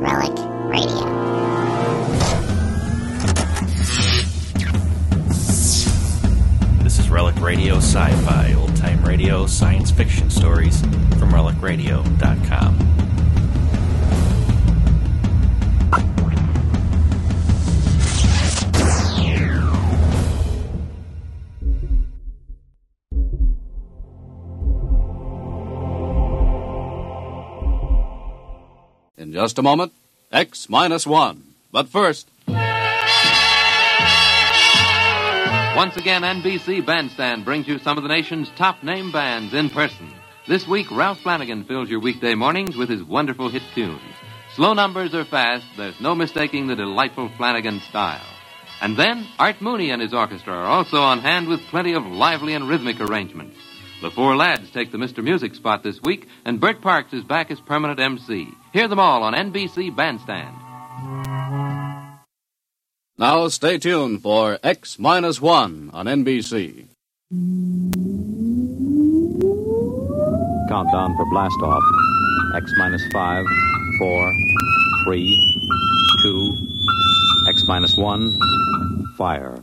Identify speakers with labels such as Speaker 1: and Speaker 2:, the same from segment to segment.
Speaker 1: Psychedelic Radio.
Speaker 2: This is Relic Radio Sci Fi, old time radio, science fiction stories from relicradio.com.
Speaker 3: In just a moment, X minus one. But first.
Speaker 4: Once again, NBC Bandstand brings you some of the nation's top name bands in person. This week, Ralph Flanagan fills your weekday mornings with his wonderful hit tunes. Slow numbers are fast, there's no mistaking the delightful Flanagan style. And then, Art Mooney and his orchestra are also on hand with plenty of lively and rhythmic arrangements. The four lads take the Mr. Music spot this week, and Bert Parks is back as permanent MC. Hear them all on NBC Bandstand.
Speaker 3: Now stay tuned for X minus one on NBC.
Speaker 5: Countdown for blast off. X minus five, four, three, two, X minus one, fire.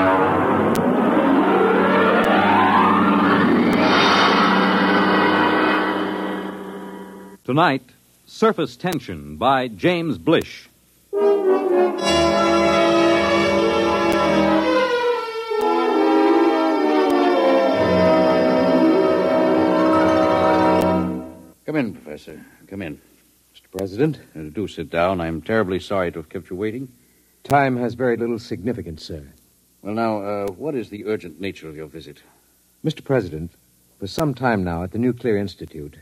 Speaker 5: Tonight, Surface Tension by James Blish.
Speaker 3: Come in, Professor. Come in. Mr. President? uh, do sit down. I'm terribly sorry to have kept you waiting.
Speaker 6: Time has very little significance, sir.
Speaker 3: Well, now, uh, what is the urgent nature of your visit?
Speaker 6: Mr. President, for some time now at the Nuclear Institute,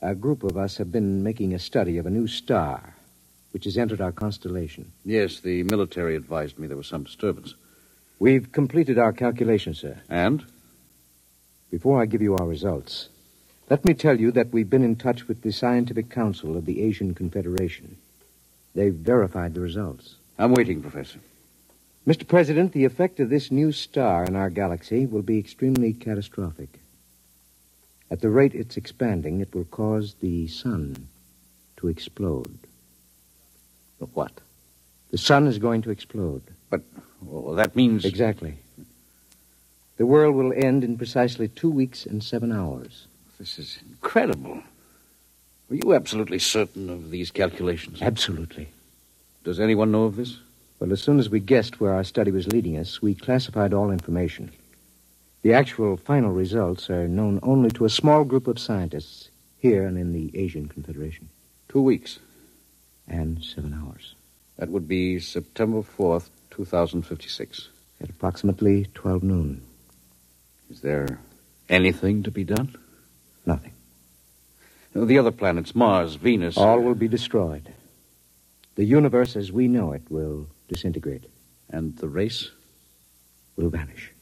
Speaker 6: a group of us have been making a study of a new star which has entered our constellation.
Speaker 3: Yes, the military advised me there was some disturbance.
Speaker 6: We've completed our calculations, sir.
Speaker 3: And?
Speaker 6: Before I give you our results, let me tell you that we've been in touch with the Scientific Council of the Asian Confederation. They've verified the results.
Speaker 3: I'm waiting, Professor.
Speaker 6: Mr. President, the effect of this new star in our galaxy will be extremely catastrophic. At the rate it's expanding, it will cause the sun to explode.
Speaker 3: What?
Speaker 6: The sun is going to explode.
Speaker 3: Well, that means.
Speaker 6: Exactly. The world will end in precisely two weeks and seven hours.
Speaker 3: This is incredible. Were you absolutely certain of these calculations?
Speaker 6: Absolutely.
Speaker 3: Does anyone know of this?
Speaker 6: Well, as soon as we guessed where our study was leading us, we classified all information. The actual final results are known only to a small group of scientists here and in the Asian Confederation.
Speaker 3: Two weeks.
Speaker 6: And seven hours.
Speaker 3: That would be September 4th, 2056.
Speaker 6: At approximately 12 noon.
Speaker 3: Is there anything to be done?
Speaker 6: Nothing.
Speaker 3: The other planets, Mars, Venus.
Speaker 6: All will be destroyed. The universe as we know it will disintegrate,
Speaker 3: And the race?
Speaker 6: will vanish.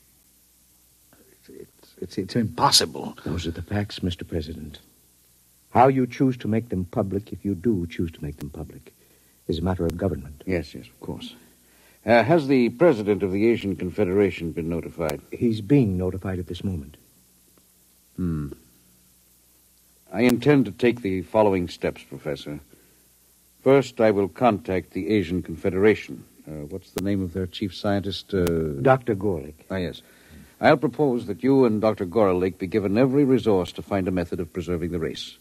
Speaker 3: It's, it's, it's impossible.
Speaker 6: Those are the facts, Mr. President. How you choose to make them public, if you do choose to make them public, is a matter of government.
Speaker 3: Yes, yes, of course. Uh, has the president of the Asian Confederation been notified?
Speaker 6: He's being notified at this moment.
Speaker 3: I intend to take the following steps, Professor. First, I will contact the Asian Confederation. Uh, what's the name of their chief scientist? Uh...
Speaker 6: Dr. Gorlick.
Speaker 3: Ah, yes. I'll propose that you and Dr. Gorelick be given every resource to find a method of preserving the race.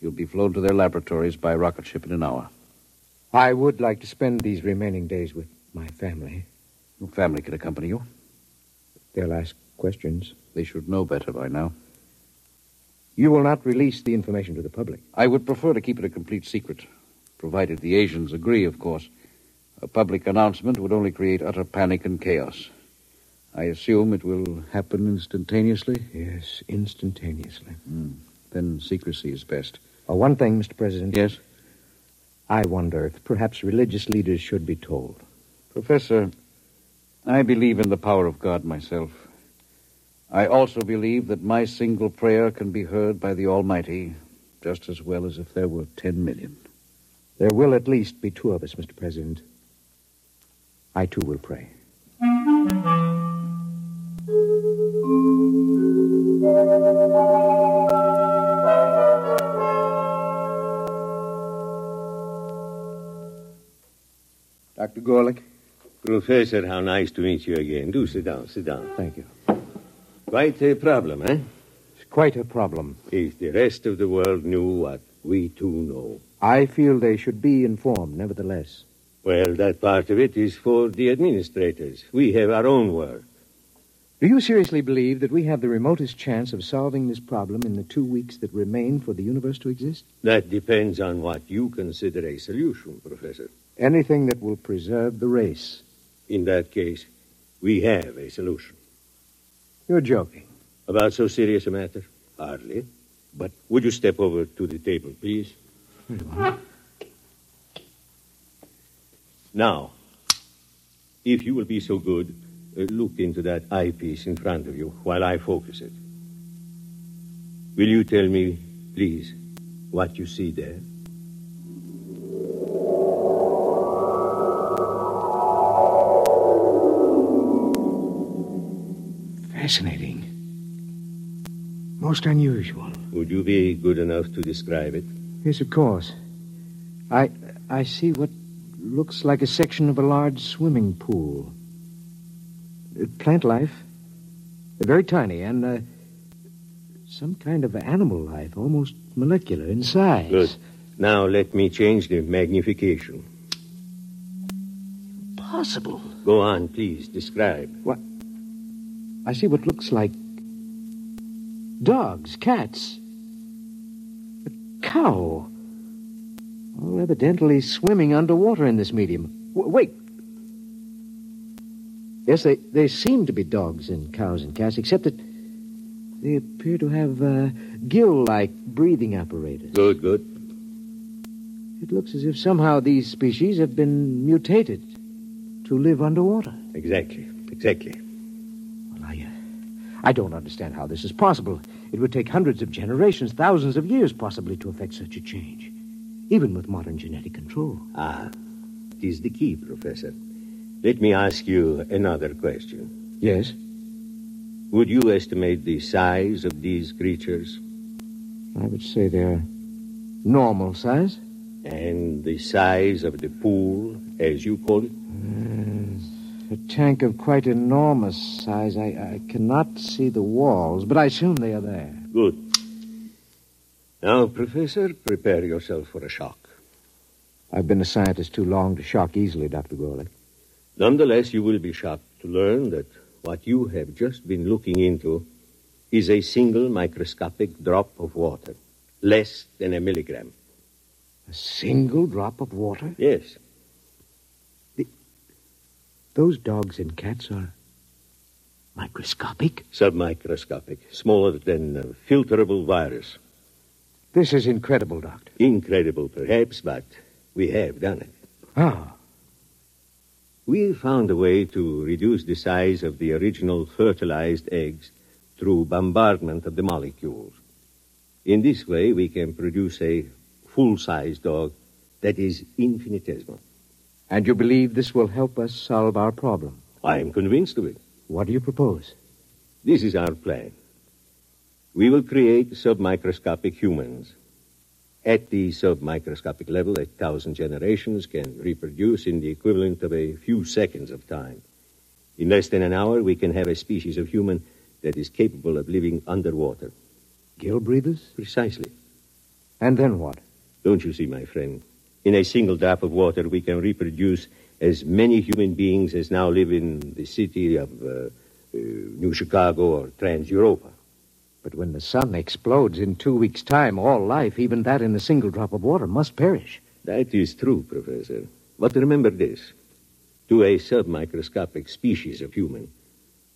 Speaker 3: You'll be flown to their laboratories by rocket ship in an hour.
Speaker 6: I would like to spend these remaining days with my family.
Speaker 3: Your family can accompany you.
Speaker 6: They'll ask questions.
Speaker 3: They should know better by now.
Speaker 6: You will not release the information to the public.
Speaker 3: I would prefer to keep it a complete secret, provided the Asians agree, of course. A public announcement would only create utter panic and chaos. I assume it will happen instantaneously.
Speaker 6: Yes, instantaneously.
Speaker 3: Then secrecy is best.
Speaker 6: Oh, one thing, Mr. President.
Speaker 3: Yes?
Speaker 6: I wonder if perhaps religious leaders should be told.
Speaker 3: Professor, I believe in the power of God myself. I also believe that my single prayer can be heard by the Almighty just as well as if there were ten million.
Speaker 6: There will at least be two of us, Mr. President. I too will pray. Dr. Gorlick,
Speaker 1: Professor, how nice to meet you again. Do sit down, sit down.
Speaker 6: thank you.
Speaker 1: Quite a problem, eh?
Speaker 6: It's quite a problem.
Speaker 1: If the rest of the world knew what we two know.
Speaker 6: I feel they should be informed, nevertheless.
Speaker 1: Well, that part of it is for the administrators. We have our own work.
Speaker 6: Do you seriously believe that we have the remotest chance of solving this problem in the two weeks that remain for the universe to exist?
Speaker 1: That depends on what you consider a solution, Professor.
Speaker 6: Anything that will preserve the race.
Speaker 1: In that case, we have a solution.
Speaker 6: You're joking.
Speaker 1: About so serious a matter? Hardly. But would you step over to the table, please? Now, if you will be so good, uh, look into that eyepiece in front of you while I focus it. Will you tell me, please, what you see there?
Speaker 6: Fascinating. Most unusual.
Speaker 1: Would you be good enough to describe it?
Speaker 6: Yes, of course. I I see what looks like a section of a large swimming pool. Uh, Plant life, They're very tiny, and uh, some kind of animal life, almost molecular in size.
Speaker 1: Good. Now let me change the magnification.
Speaker 6: Possible.
Speaker 1: Go on, please, describe.
Speaker 6: I see what looks like dogs, cats, a cow. All evidently swimming underwater in this medium. W- wait. Yes, they, they seem to be dogs and cows and cats, except that they appear to have uh, gill like breathing apparatus.
Speaker 1: Good, good.
Speaker 6: It looks as if somehow these species have been mutated to live underwater.
Speaker 1: Exactly, exactly.
Speaker 6: Well, I, uh, I don't understand how this is possible. It would take hundreds of generations, thousands of years, possibly, to effect such a change, even with modern genetic control.
Speaker 1: Ah, it is the key, Professor. Let me ask you another question.
Speaker 6: Yes.
Speaker 1: Would you estimate the size of these creatures
Speaker 6: I would say they're normal size.
Speaker 1: and the size of the pool, as you call it?
Speaker 6: A tank of quite enormous size. I, I cannot see the walls, but I assume they are there.
Speaker 1: Good. Now, Professor, prepare yourself for a shock.
Speaker 6: I've been a scientist too long to shock easily, Dr. Gorlick.
Speaker 1: Nonetheless, you will be shocked to learn that what you have just been looking into is a single microscopic drop of water, less than a milligram.
Speaker 6: A single drop of water?
Speaker 1: Yes,
Speaker 6: Those dogs and cats are microscopic.
Speaker 1: submicroscopic, smaller than a filterable virus.
Speaker 6: This is incredible, Doctor.
Speaker 1: Incredible, perhaps, but we have done it.
Speaker 6: Ah,
Speaker 1: We found a way to reduce the size of the original fertilized eggs through bombardment of the molecules. In this way, we can produce a full sized dog that is infinitesimal.
Speaker 6: and you believe this will help us solve our problem.
Speaker 1: I am convinced of it.
Speaker 6: What do you propose?
Speaker 1: This is our plan. We will create submicroscopic humans. At the submicroscopic level, a thousand generations can reproduce in the equivalent of a few seconds of time. In less than an hour, we can have a species of human that is capable of living underwater.
Speaker 6: Gill breathers?
Speaker 1: Precisely.
Speaker 6: And then what?
Speaker 1: Don't you see, my friend? In a single drop of water, we can reproduce as many human beings as now live in the city of uh, uh, New Chicago or Trans Europa.
Speaker 6: But when the sun explodes in two weeks' time, all life, even that in a single drop of water, must perish.
Speaker 1: That is true, Professor. But remember this to a submicroscopic species of human,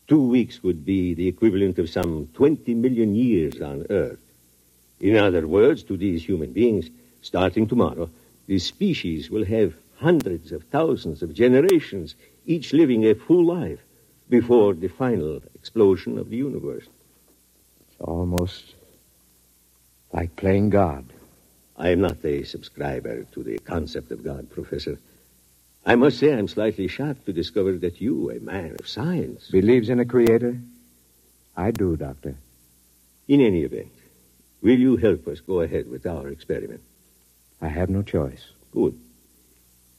Speaker 1: two weeks would be the equivalent of some 20 million years on Earth. In other words, to these human beings, starting tomorrow, the species will have hundreds of thousands of generations, each living a full life before the final explosion of the universe.
Speaker 6: It's almost like playing God.
Speaker 1: I am not a subscriber to the concept of God, Professor. I must say I'm slightly shocked to discover that you, a man of science,
Speaker 6: Believes in a creator? I do, Doctor.
Speaker 1: in any event, will you help us go ahead with our experiment?
Speaker 6: I have no choice.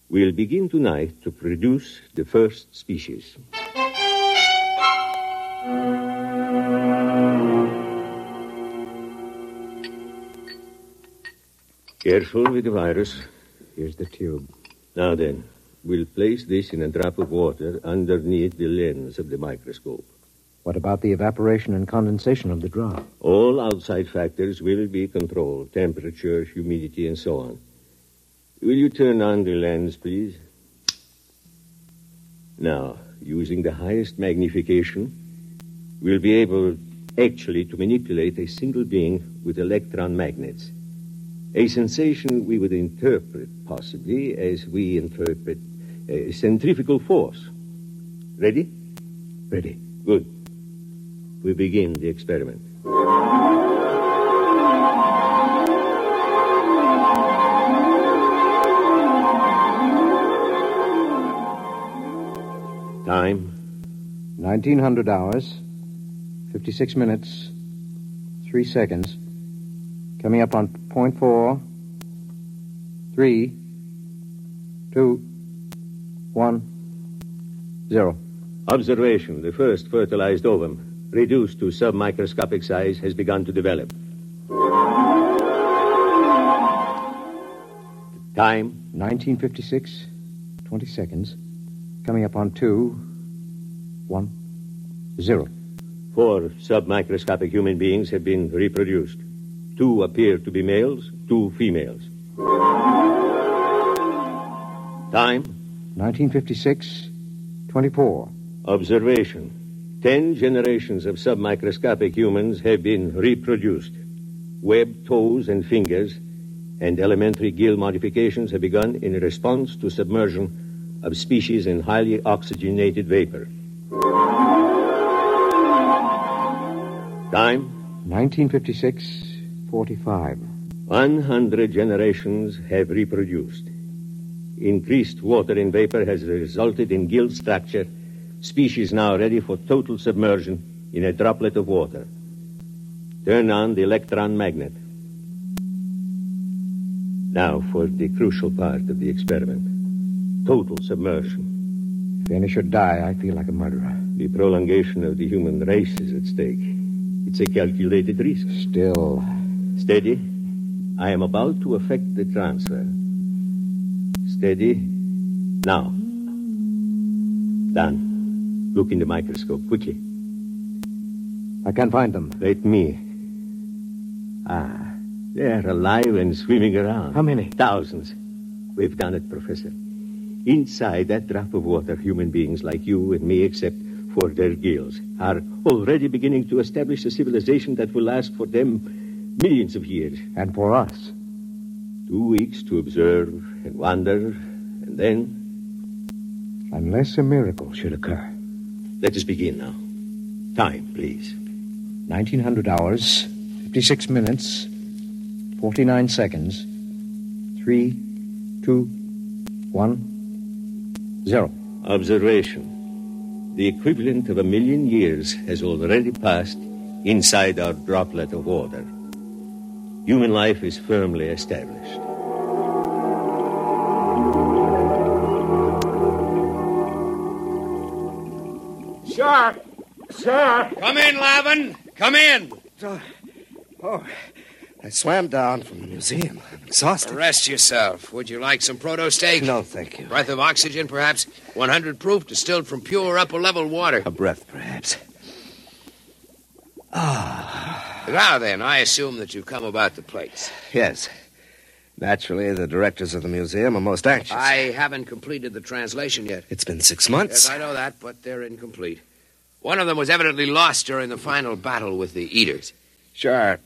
Speaker 1: We'll begin tonight to produce the first species. Careful with the virus.
Speaker 6: Here's the tube.
Speaker 1: Now then, we'll place this in a drop of water underneath the lens of the microscope.
Speaker 6: What about the evaporation and condensation of the drop?
Speaker 1: All outside factors will be controlled temperature, humidity, and so on. Will you turn on the lens, please? Now, using the highest magnification, we'll be able actually to manipulate a single being with electron magnets. A sensation we would interpret possibly as we interpret a centrifugal force. Ready?
Speaker 6: Ready.
Speaker 1: Good. We begin the experiment. Time,
Speaker 6: 1900 hours, 56 minutes, 3 seconds. Coming up on point four, three, two, one, zero.
Speaker 1: observation. The first fertilized ovum, reduced to submicroscopic size, has begun to develop. Time,
Speaker 6: 1956, 20 seconds. Coming up on two, one, zero.
Speaker 1: four submicroscopic human beings have been reproduced. Two appear to be males, two females. Time,
Speaker 6: 1956, 24.
Speaker 1: Observation. Ten generations of submicroscopic humans have been reproduced. Webbed toes and fingers and elementary gill modifications have begun in response to submersion of species in highly oxygenated vapor. Time
Speaker 6: 1956, 45.
Speaker 1: 100 generations have reproduced. Increased water in vapor has resulted in gill structure, species now ready for total submersion in a droplet of water. Turn on the electron magnet. Now for the crucial part of the experiment total submersion.
Speaker 6: Vanish or die, I feel like a murderer.
Speaker 1: The prolongation of the human race is at stake. It's a calculated risk.
Speaker 6: Still,
Speaker 1: Steady. I am about to effect the transfer. Steady. Now. Done. Look in the microscope quickly.
Speaker 6: I can't find them.
Speaker 1: Let me. Ah, they're alive and swimming around.
Speaker 6: How many?
Speaker 1: Thousands. We've done it, Professor. Inside that drop of water, human beings like you and me, except for their gills, are already beginning to establish a civilization that will last for them millions of years.
Speaker 6: And for us.
Speaker 1: Two weeks to observe and wander, and then
Speaker 6: Unless a miracle should occur.
Speaker 1: let us begin now. Time, please.
Speaker 6: 1900 hours, 56 minutes, 49 seconds, 3, 2, 1, 0.
Speaker 1: Observation. The equivalent of a million years has already passed inside our droplet of water. Human life is firmly established.
Speaker 7: Sir! Sir!
Speaker 8: Come in, Lavin. Come in.
Speaker 7: Oh,
Speaker 8: I swam down from the museum. I'm exhausted.
Speaker 9: Rest yourself. Would you like some proto steak?
Speaker 8: No, thank you.
Speaker 9: Breath of oxygen, perhaps? 100 proof, distilled from pure upper level water.
Speaker 8: A breath, perhaps. Ah.
Speaker 9: Now then, I assume that you come about the plates.
Speaker 8: Yes. Naturally, the directors of the museum are most anxious.
Speaker 9: I haven't completed the translation yet.
Speaker 8: It's been six months.
Speaker 9: Yes, I know that, but they're incomplete. One of them was evidently lost during the final battle with the Eaters.
Speaker 8: Sure.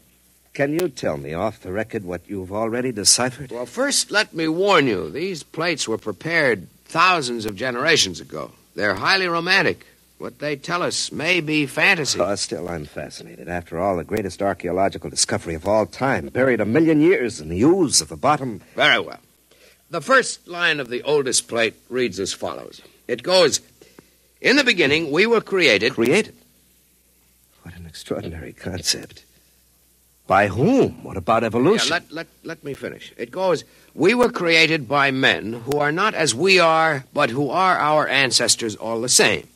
Speaker 8: Can you tell me off the record what you've already deciphered?
Speaker 9: Well, first, let me warn you these plates were prepared thousands of generations ago. They're highly romantic. What they tell us may be fantasy.
Speaker 8: Oh, still, I'm fascinated. After all, the greatest archaeological discovery of all time, buried a million years in the ooze of the bottom.
Speaker 9: Very well. The first line of the oldest plate reads as follows It goes In the beginning, we were created.
Speaker 8: Created? What an extraordinary concept. By whom? What about evolution?
Speaker 9: Yeah, let, let, let me finish. It goes We were created by men who are not as we are, but who are our ancestors all the same.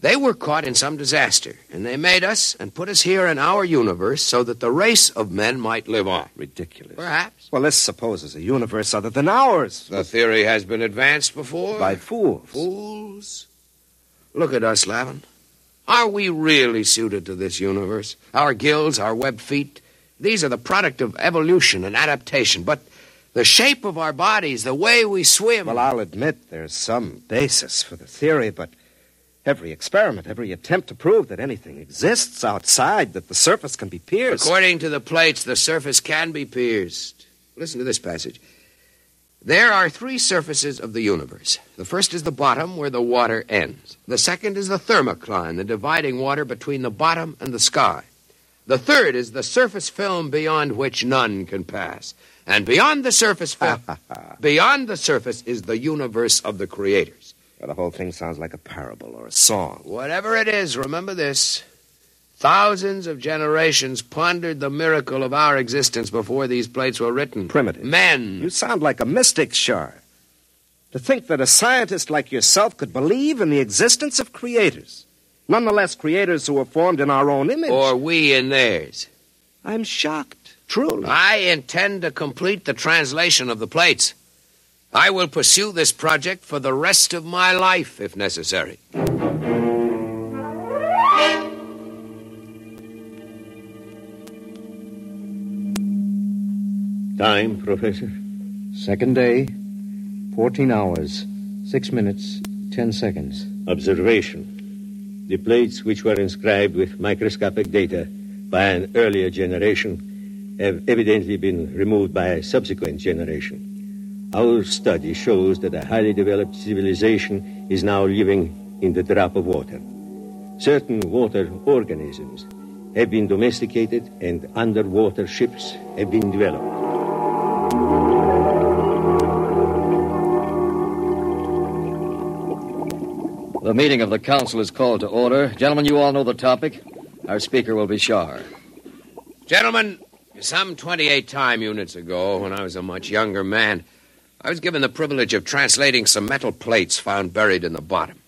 Speaker 9: They were caught in some disaster, and they made us and put us here in our universe so that the race of men might live on.
Speaker 8: Ridiculous.
Speaker 9: Perhaps.
Speaker 8: Well, this supposes a universe other than ours.
Speaker 9: The theory has been advanced before.
Speaker 8: By fools.
Speaker 9: Fools? Look at us, Lavin. Are we really suited to this universe? Our gills, our webbed feet, these are the product of evolution and adaptation, but the shape of our bodies, the way we swim.
Speaker 8: Well, I'll admit there's some basis for the theory, but every experiment, every attempt to prove that anything exists outside, that the surface can be pierced.
Speaker 9: According to the plates, the surface can be pierced. Listen to this passage. There are three surfaces of the universe. The first is the bottom, where the water ends. The second is the thermocline, the dividing water between the bottom and the sky. The third is the surface film beyond which none can pass. And beyond the surface film, beyond the surface is the universe of the creators.
Speaker 8: Well, the whole thing sounds like a parable or a song.
Speaker 9: Whatever it is, remember this. Thousands of generations pondered the miracle of our existence before these plates were written.
Speaker 8: Primitive.
Speaker 9: Men.
Speaker 8: You sound like a mystic, Shar. To think that a scientist like yourself could believe in the existence of creators. Nonetheless, creators who were formed in our own image.
Speaker 9: Or we in theirs.
Speaker 8: I'm shocked, truly.
Speaker 9: I intend to complete the translation of the plates. I will pursue this project for the rest of my life, if necessary.
Speaker 1: Time, Professor?
Speaker 6: Second day, 14 hours, 6 minutes, 10 seconds.
Speaker 1: Observation. The plates which were inscribed with microscopic data by an earlier generation have evidently been removed by a subsequent generation. Our study shows that a highly developed civilization is now living in the drop of water. Certain water organisms have been domesticated and underwater ships have been developed.
Speaker 10: The meeting of the council is called to order. Gentlemen, you all know the topic. Our speaker will be Shar.
Speaker 9: Gentlemen, some 28 time units ago, when I was a much younger man, I was given the privilege of translating some metal plates found buried in the bottom.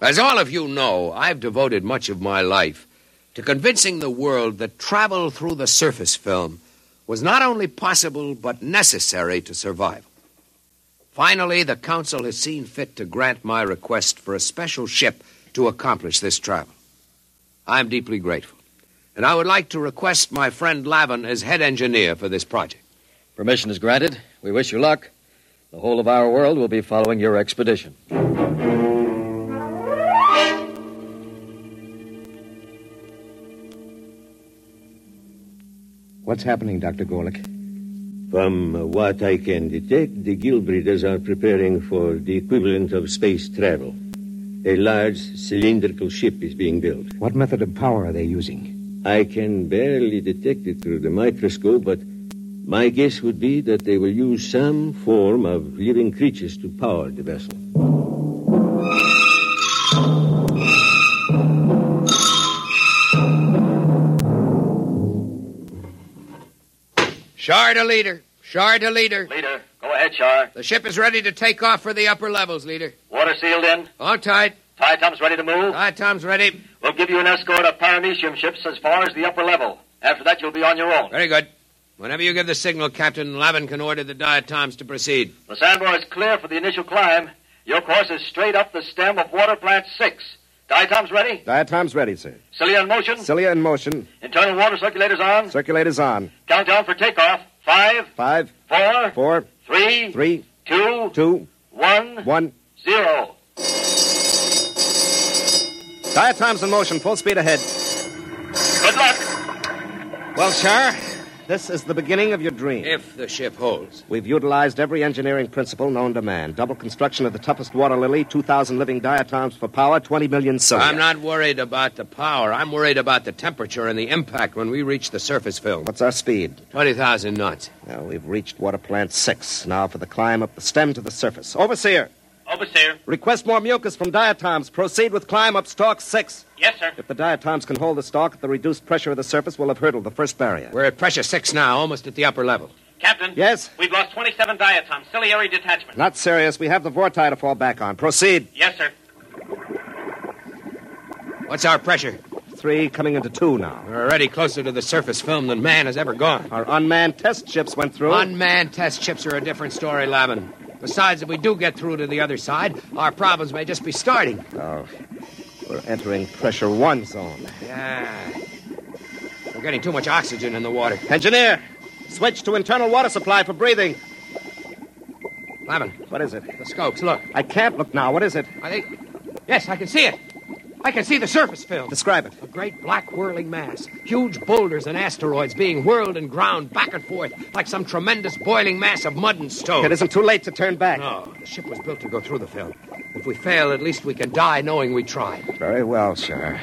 Speaker 9: As all of you know, I've devoted much of my life to convincing the world that travel through the surface film was not only possible but necessary to survival. Finally, the Council has seen fit to grant my request for a special ship to accomplish this travel. I'm deeply grateful, and I would like to request my friend Lavin as head engineer for this project.
Speaker 10: Permission is granted. We wish you luck. The whole of our world will be following your expedition.
Speaker 6: What's happening, Dr. Gorlick?
Speaker 1: From what I can detect, the gill breeders are preparing for the equivalent of space travel. A large cylindrical ship is being built.
Speaker 6: What method of power are they using?
Speaker 1: I can barely detect it through the microscope, but my guess would be that they will use some form of living creatures to power the vessel.
Speaker 9: Shar to leader. Shar to leader.
Speaker 11: Leader, go ahead, Shar.
Speaker 9: The ship is ready to take off for the upper levels, leader.
Speaker 11: Water sealed in.
Speaker 9: All tight.
Speaker 11: Tie Tom's ready to move.
Speaker 9: Tie Tom's ready.
Speaker 11: We'll give you an escort of paramecium ships as far as the upper level. After that, you'll be on your own.
Speaker 9: Very good. Whenever you give the signal, Captain, Lavin can order the diatoms to proceed.
Speaker 11: The sandbar is clear for the initial climb. Your course is straight up the stem of water plant six. Diatoms ready?
Speaker 6: Diatom's ready, sir.
Speaker 11: Cilia in motion?
Speaker 6: Cilia in motion.
Speaker 11: Internal water circulators on?
Speaker 6: Circulators on.
Speaker 11: Countdown for takeoff. Five,
Speaker 6: Five,
Speaker 11: four,
Speaker 6: four,
Speaker 11: three,
Speaker 6: three,
Speaker 11: two,
Speaker 6: two,
Speaker 11: one,
Speaker 6: one.
Speaker 11: zero.
Speaker 6: Diatom's in motion. Full speed ahead.
Speaker 11: Good luck.
Speaker 6: Well, Char, this is the beginning of your dream.
Speaker 9: If the ship holds.
Speaker 6: We've utilized every engineering principle known to man. Double construction of the toughest water lily, 2,000 living diatoms for power, 20 million sun.
Speaker 9: I'm not worried about the power. I'm worried about the temperature and the impact when we reach the surface film.
Speaker 6: What's our speed?
Speaker 9: 20,000 knots.
Speaker 6: Now, we've reached water plant six. Now for the climb up the stem to the surface. Overseer,
Speaker 11: Overseer.
Speaker 6: request more mucus from diatoms. Proceed with climb up stalk six.
Speaker 11: Yes, sir.
Speaker 6: If the diatoms can hold the stalk, the reduced pressure of the surface will have hurdled the first barrier.
Speaker 9: We're at pressure six now, almost at the upper level.
Speaker 11: Captain.
Speaker 6: Yes?
Speaker 11: We've lost 27 diatoms. Ciliary detachment.
Speaker 6: Not serious. We have the vorti to fall back on. Proceed.
Speaker 11: Yes, sir.
Speaker 9: What's our pressure?
Speaker 6: Three coming into two now.
Speaker 9: We're already closer to the surface film than man has ever gone.
Speaker 6: Our unmanned test ships went through.
Speaker 9: Unmanned test ships are a different story, Lavin. Besides, if we do get through to the other side, our problems may just be starting.
Speaker 6: Oh, we're entering pressure one zone.
Speaker 9: Yeah. We're getting too much oxygen in the water.
Speaker 6: Engineer, switch to internal water supply for breathing.
Speaker 9: Lavin,
Speaker 6: What is it?
Speaker 9: the scopes, look.
Speaker 6: I can't look now. What is it?
Speaker 9: I think. Yes, I can see it. I can see the surface film.
Speaker 6: Describe it.
Speaker 9: A great black whirling mass. Huge boulders and asteroids being whirled and ground back and forth like some tremendous boiling mass of mud and stone.
Speaker 6: It isn't too late to turn back.
Speaker 9: No, the ship was built to go through the film. If we fail, at least we can die knowing we tried.
Speaker 6: Very well, sir.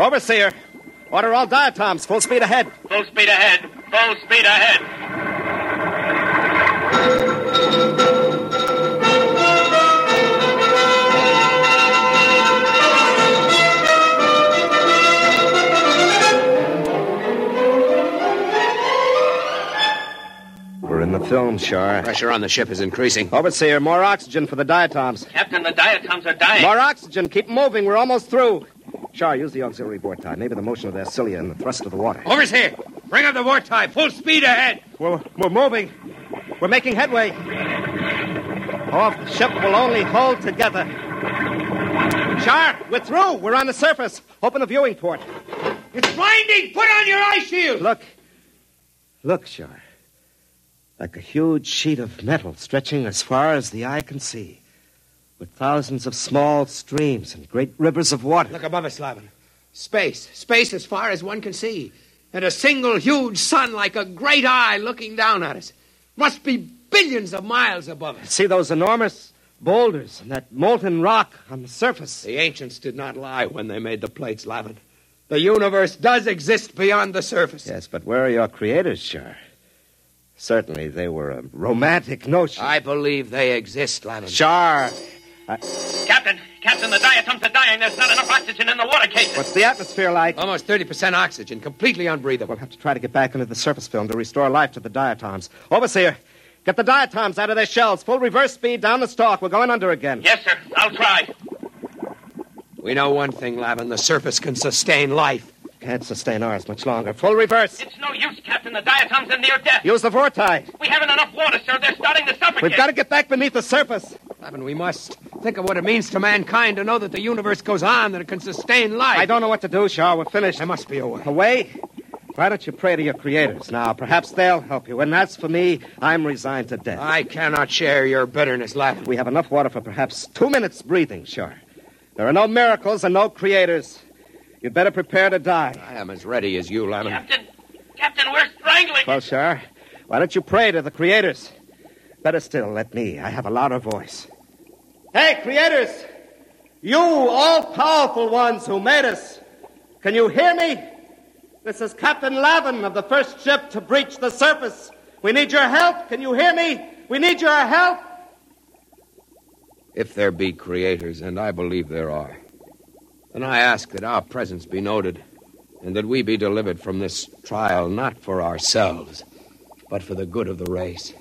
Speaker 6: Overseer, order all diatoms full speed ahead.
Speaker 11: Full speed ahead. Full speed ahead.
Speaker 6: We're in the film, Char.
Speaker 9: Pressure on the ship is increasing.
Speaker 6: Overseer, uh, more oxygen for the diatoms.
Speaker 11: Captain, the diatoms are dying.
Speaker 6: More oxygen. Keep moving. We're almost through. Char, use the auxiliary vorti. Maybe the motion of their cilia and the thrust of the water.
Speaker 9: Over's here. Bring up the vorti. Full speed ahead.
Speaker 6: We're, we're moving. We're making headway. Oh, if the ship will only hold together. Char, we're through. We're on the surface. Open the viewing port.
Speaker 9: It's blinding. Put on your eye shield.
Speaker 6: Look. Look, Char. Like a huge sheet of metal stretching as far as the eye can see, with thousands of small streams and great rivers of water.
Speaker 9: Look above us, Lavin. Space. Space as far as one can see. And a single huge sun like a great eye looking down at us. Must be billions of miles above us.
Speaker 6: See those enormous boulders and that molten rock on the surface.
Speaker 9: The ancients did not lie when they made the plates, Lavin. The universe does exist beyond the surface.
Speaker 6: Yes, but where are your creators, Char? Certainly they were a romantic notion.
Speaker 9: I believe they exist, Lavin.
Speaker 6: Char,
Speaker 11: Captain, Captain, the diatoms are dying. There's not enough oxygen in the water cases.
Speaker 6: what's the atmosphere like?
Speaker 9: Almost 30% oxygen, completely unbreathable.
Speaker 6: We'll have to try to get back into the surface film to restore life to the diatoms. Overseer, get the diatoms out of their shells. Full reverse speed down the stalk. We're going under again.
Speaker 11: Yes, sir. I'll try.
Speaker 9: We know one thing, Lavin. The surface can sustain life.
Speaker 6: Can't sustain ours much longer. Full reverse.
Speaker 11: It's no use, Captain. The diatoms are near death.
Speaker 6: Use the vorti.
Speaker 11: We haven't enough water, sir. They're starting to suffocate.
Speaker 6: We've got to get back beneath the surface.
Speaker 9: Lavin, we must think of what it means to mankind to know that the universe goes on, that it can sustain life.
Speaker 6: I don't know what to do, Shaw. We're finished.
Speaker 9: There must be a way.
Speaker 6: Away? Why don't you pray to your creators now? Perhaps they'll help you. And as for me, I'm resigned to death.
Speaker 9: I cannot share your bitterness, Lavin.
Speaker 6: We have enough water for perhaps two minutes breathing, sure. There are no miracles and no creators. You'd better prepare to die.
Speaker 9: I am as ready as you, Lavin.
Speaker 11: Captain, Captain, we're strangling.
Speaker 6: Well, sure. Why don't you pray to the creators? Better still, let me. I have a louder voice. Hey, creators! You all powerful ones who made us! Can you hear me? This is Captain Lavin of the first ship to breach the surface. We need your help. Can you hear me? We need your help.
Speaker 9: If there be creators, and I believe there are, then I ask that our presence be noted, and that we be delivered from this trial not for ourselves, but for the good of the race.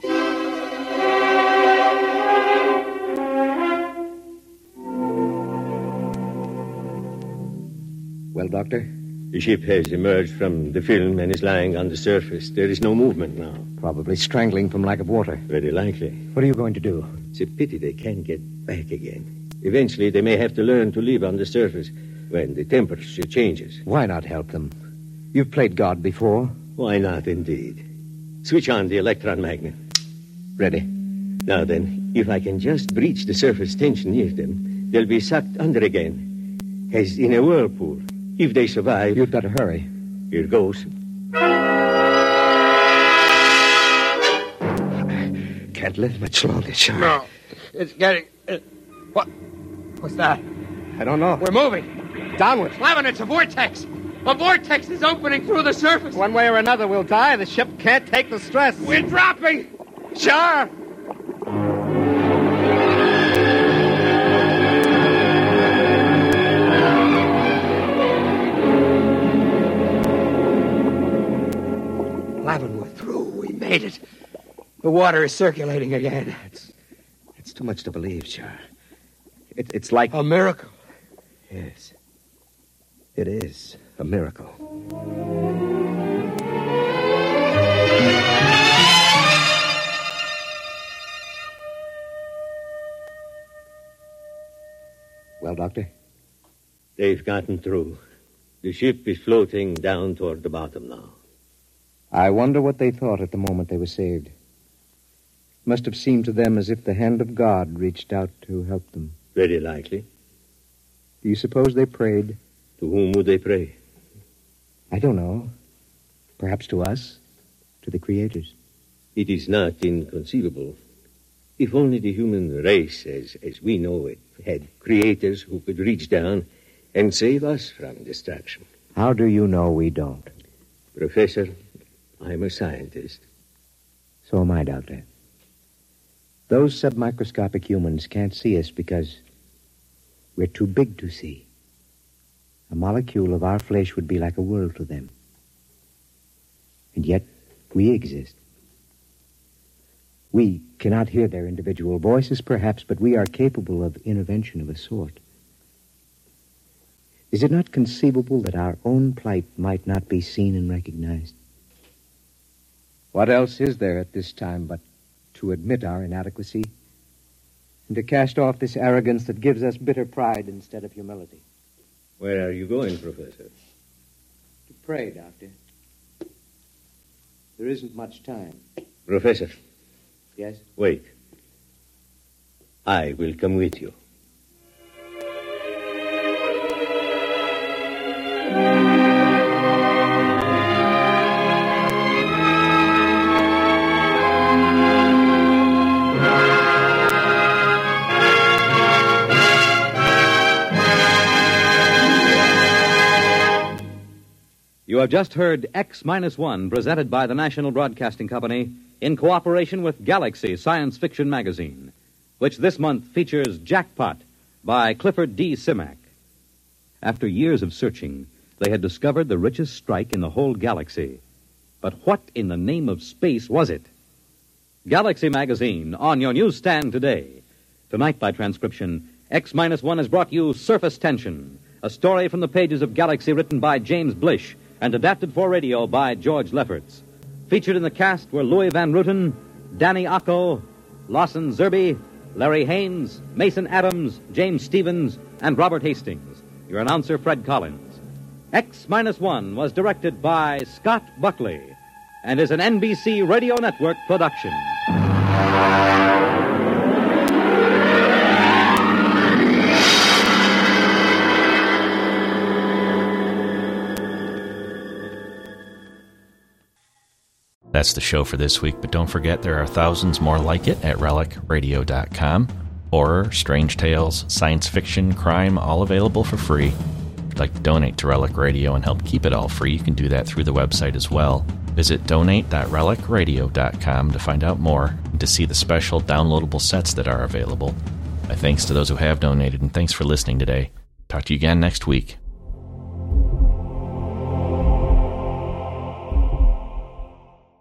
Speaker 12: Well, Doctor,
Speaker 1: The ship has emerged from the film and is lying on the surface. There is no movement now.
Speaker 6: Probably strangling from lack of water.
Speaker 1: Very likely.
Speaker 6: What are you going to do?
Speaker 1: It's a pity they can't get back again. Eventually, they may have to learn to live on the surface when the temperature changes.
Speaker 6: Why not help them? You've played God before.
Speaker 1: Why not, indeed? Switch on the electron magnet.
Speaker 6: Ready.
Speaker 1: Now then, if I can just breach the surface tension near them, they'll be sucked under again, as in a whirlpool. If they survive.
Speaker 6: You'd better hurry.
Speaker 1: Here goes.
Speaker 8: Can't live much longer, Sharp.
Speaker 13: No. It's getting. It, what? What's that?
Speaker 8: I don't know.
Speaker 13: We're moving.
Speaker 8: Downward.
Speaker 13: Levin, it's a vortex. A vortex is opening through the surface.
Speaker 8: One way or another, we'll die. The ship can't take the stress.
Speaker 13: We're dropping.
Speaker 8: Sure.
Speaker 13: Levin, we're through. We made it. The water is circulating again. It's,
Speaker 8: it's too much to believe, Char. It, it's like.
Speaker 13: A miracle.
Speaker 8: Yes. It is a miracle.
Speaker 6: Well, Doctor?
Speaker 1: They've gotten through. The ship is floating down toward the bottom now.
Speaker 6: I wonder what they thought at the moment they were saved. Must have seemed to them as if the hand of God reached out to help them.
Speaker 1: Very likely.
Speaker 6: Do you suppose they prayed?
Speaker 1: To whom would they pray?
Speaker 6: I don't know. Perhaps to us? To the creators?
Speaker 1: It is not inconceivable. If only the human race, as, as we know it, had creators who could reach down and save us from destruction.
Speaker 6: How do you know we don't?
Speaker 1: Professor, I'm a scientist.
Speaker 6: So am I, Doctor. Those submicroscopic humans can't see us because we're too big to see. A molecule of our flesh would be like a world to them. And yet, we exist. We cannot hear their individual voices, perhaps, but we are capable of intervention of a sort. Is it not conceivable that our own plight might not be seen and recognized? What else is there at this time but to admit our inadequacy and to cast off this arrogance that gives us bitter pride instead of humility?
Speaker 1: Where are you going, Professor?
Speaker 6: To pray, Doctor. There isn't much time.
Speaker 1: Professor,
Speaker 6: Yes?
Speaker 1: wait. I will come with you.
Speaker 5: You have just heard X Minus One, presented by the National Broadcasting Company in cooperation with Galaxy Science Fiction Magazine, which this month features Jackpot by Clifford D. Simak. After years of searching, they had discovered the richest strike in the whole galaxy. But what in the name of space was it? Galaxy Magazine, on your newsstand today. Tonight, by transcription, X Minus One has brought you Surface Tension, a story from the pages of Galaxy written by James Blish and adapted for radio by George Lefferts. Featured in the cast were Louis Van Ruten, Danny Acco, Lawson Zerby, Larry Haynes, Mason Adams, James Stevens, and Robert Hastings. Your announcer, Fred Collins. X Minus One was directed by Scott Buckley and is an NBC Radio Network production.
Speaker 2: That's the show for this week, but don't forget there are thousands more like it at relicradio.com. Horror, strange tales, science fiction, crime, all available for free. If you'd like to donate to Relic Radio and help keep it all free, you can do that through the website as well. Visit donate.relicradio.com to find out more and to see the special downloadable sets that are available. My thanks to those who have donated, and thanks for listening today. Talk to you again next week.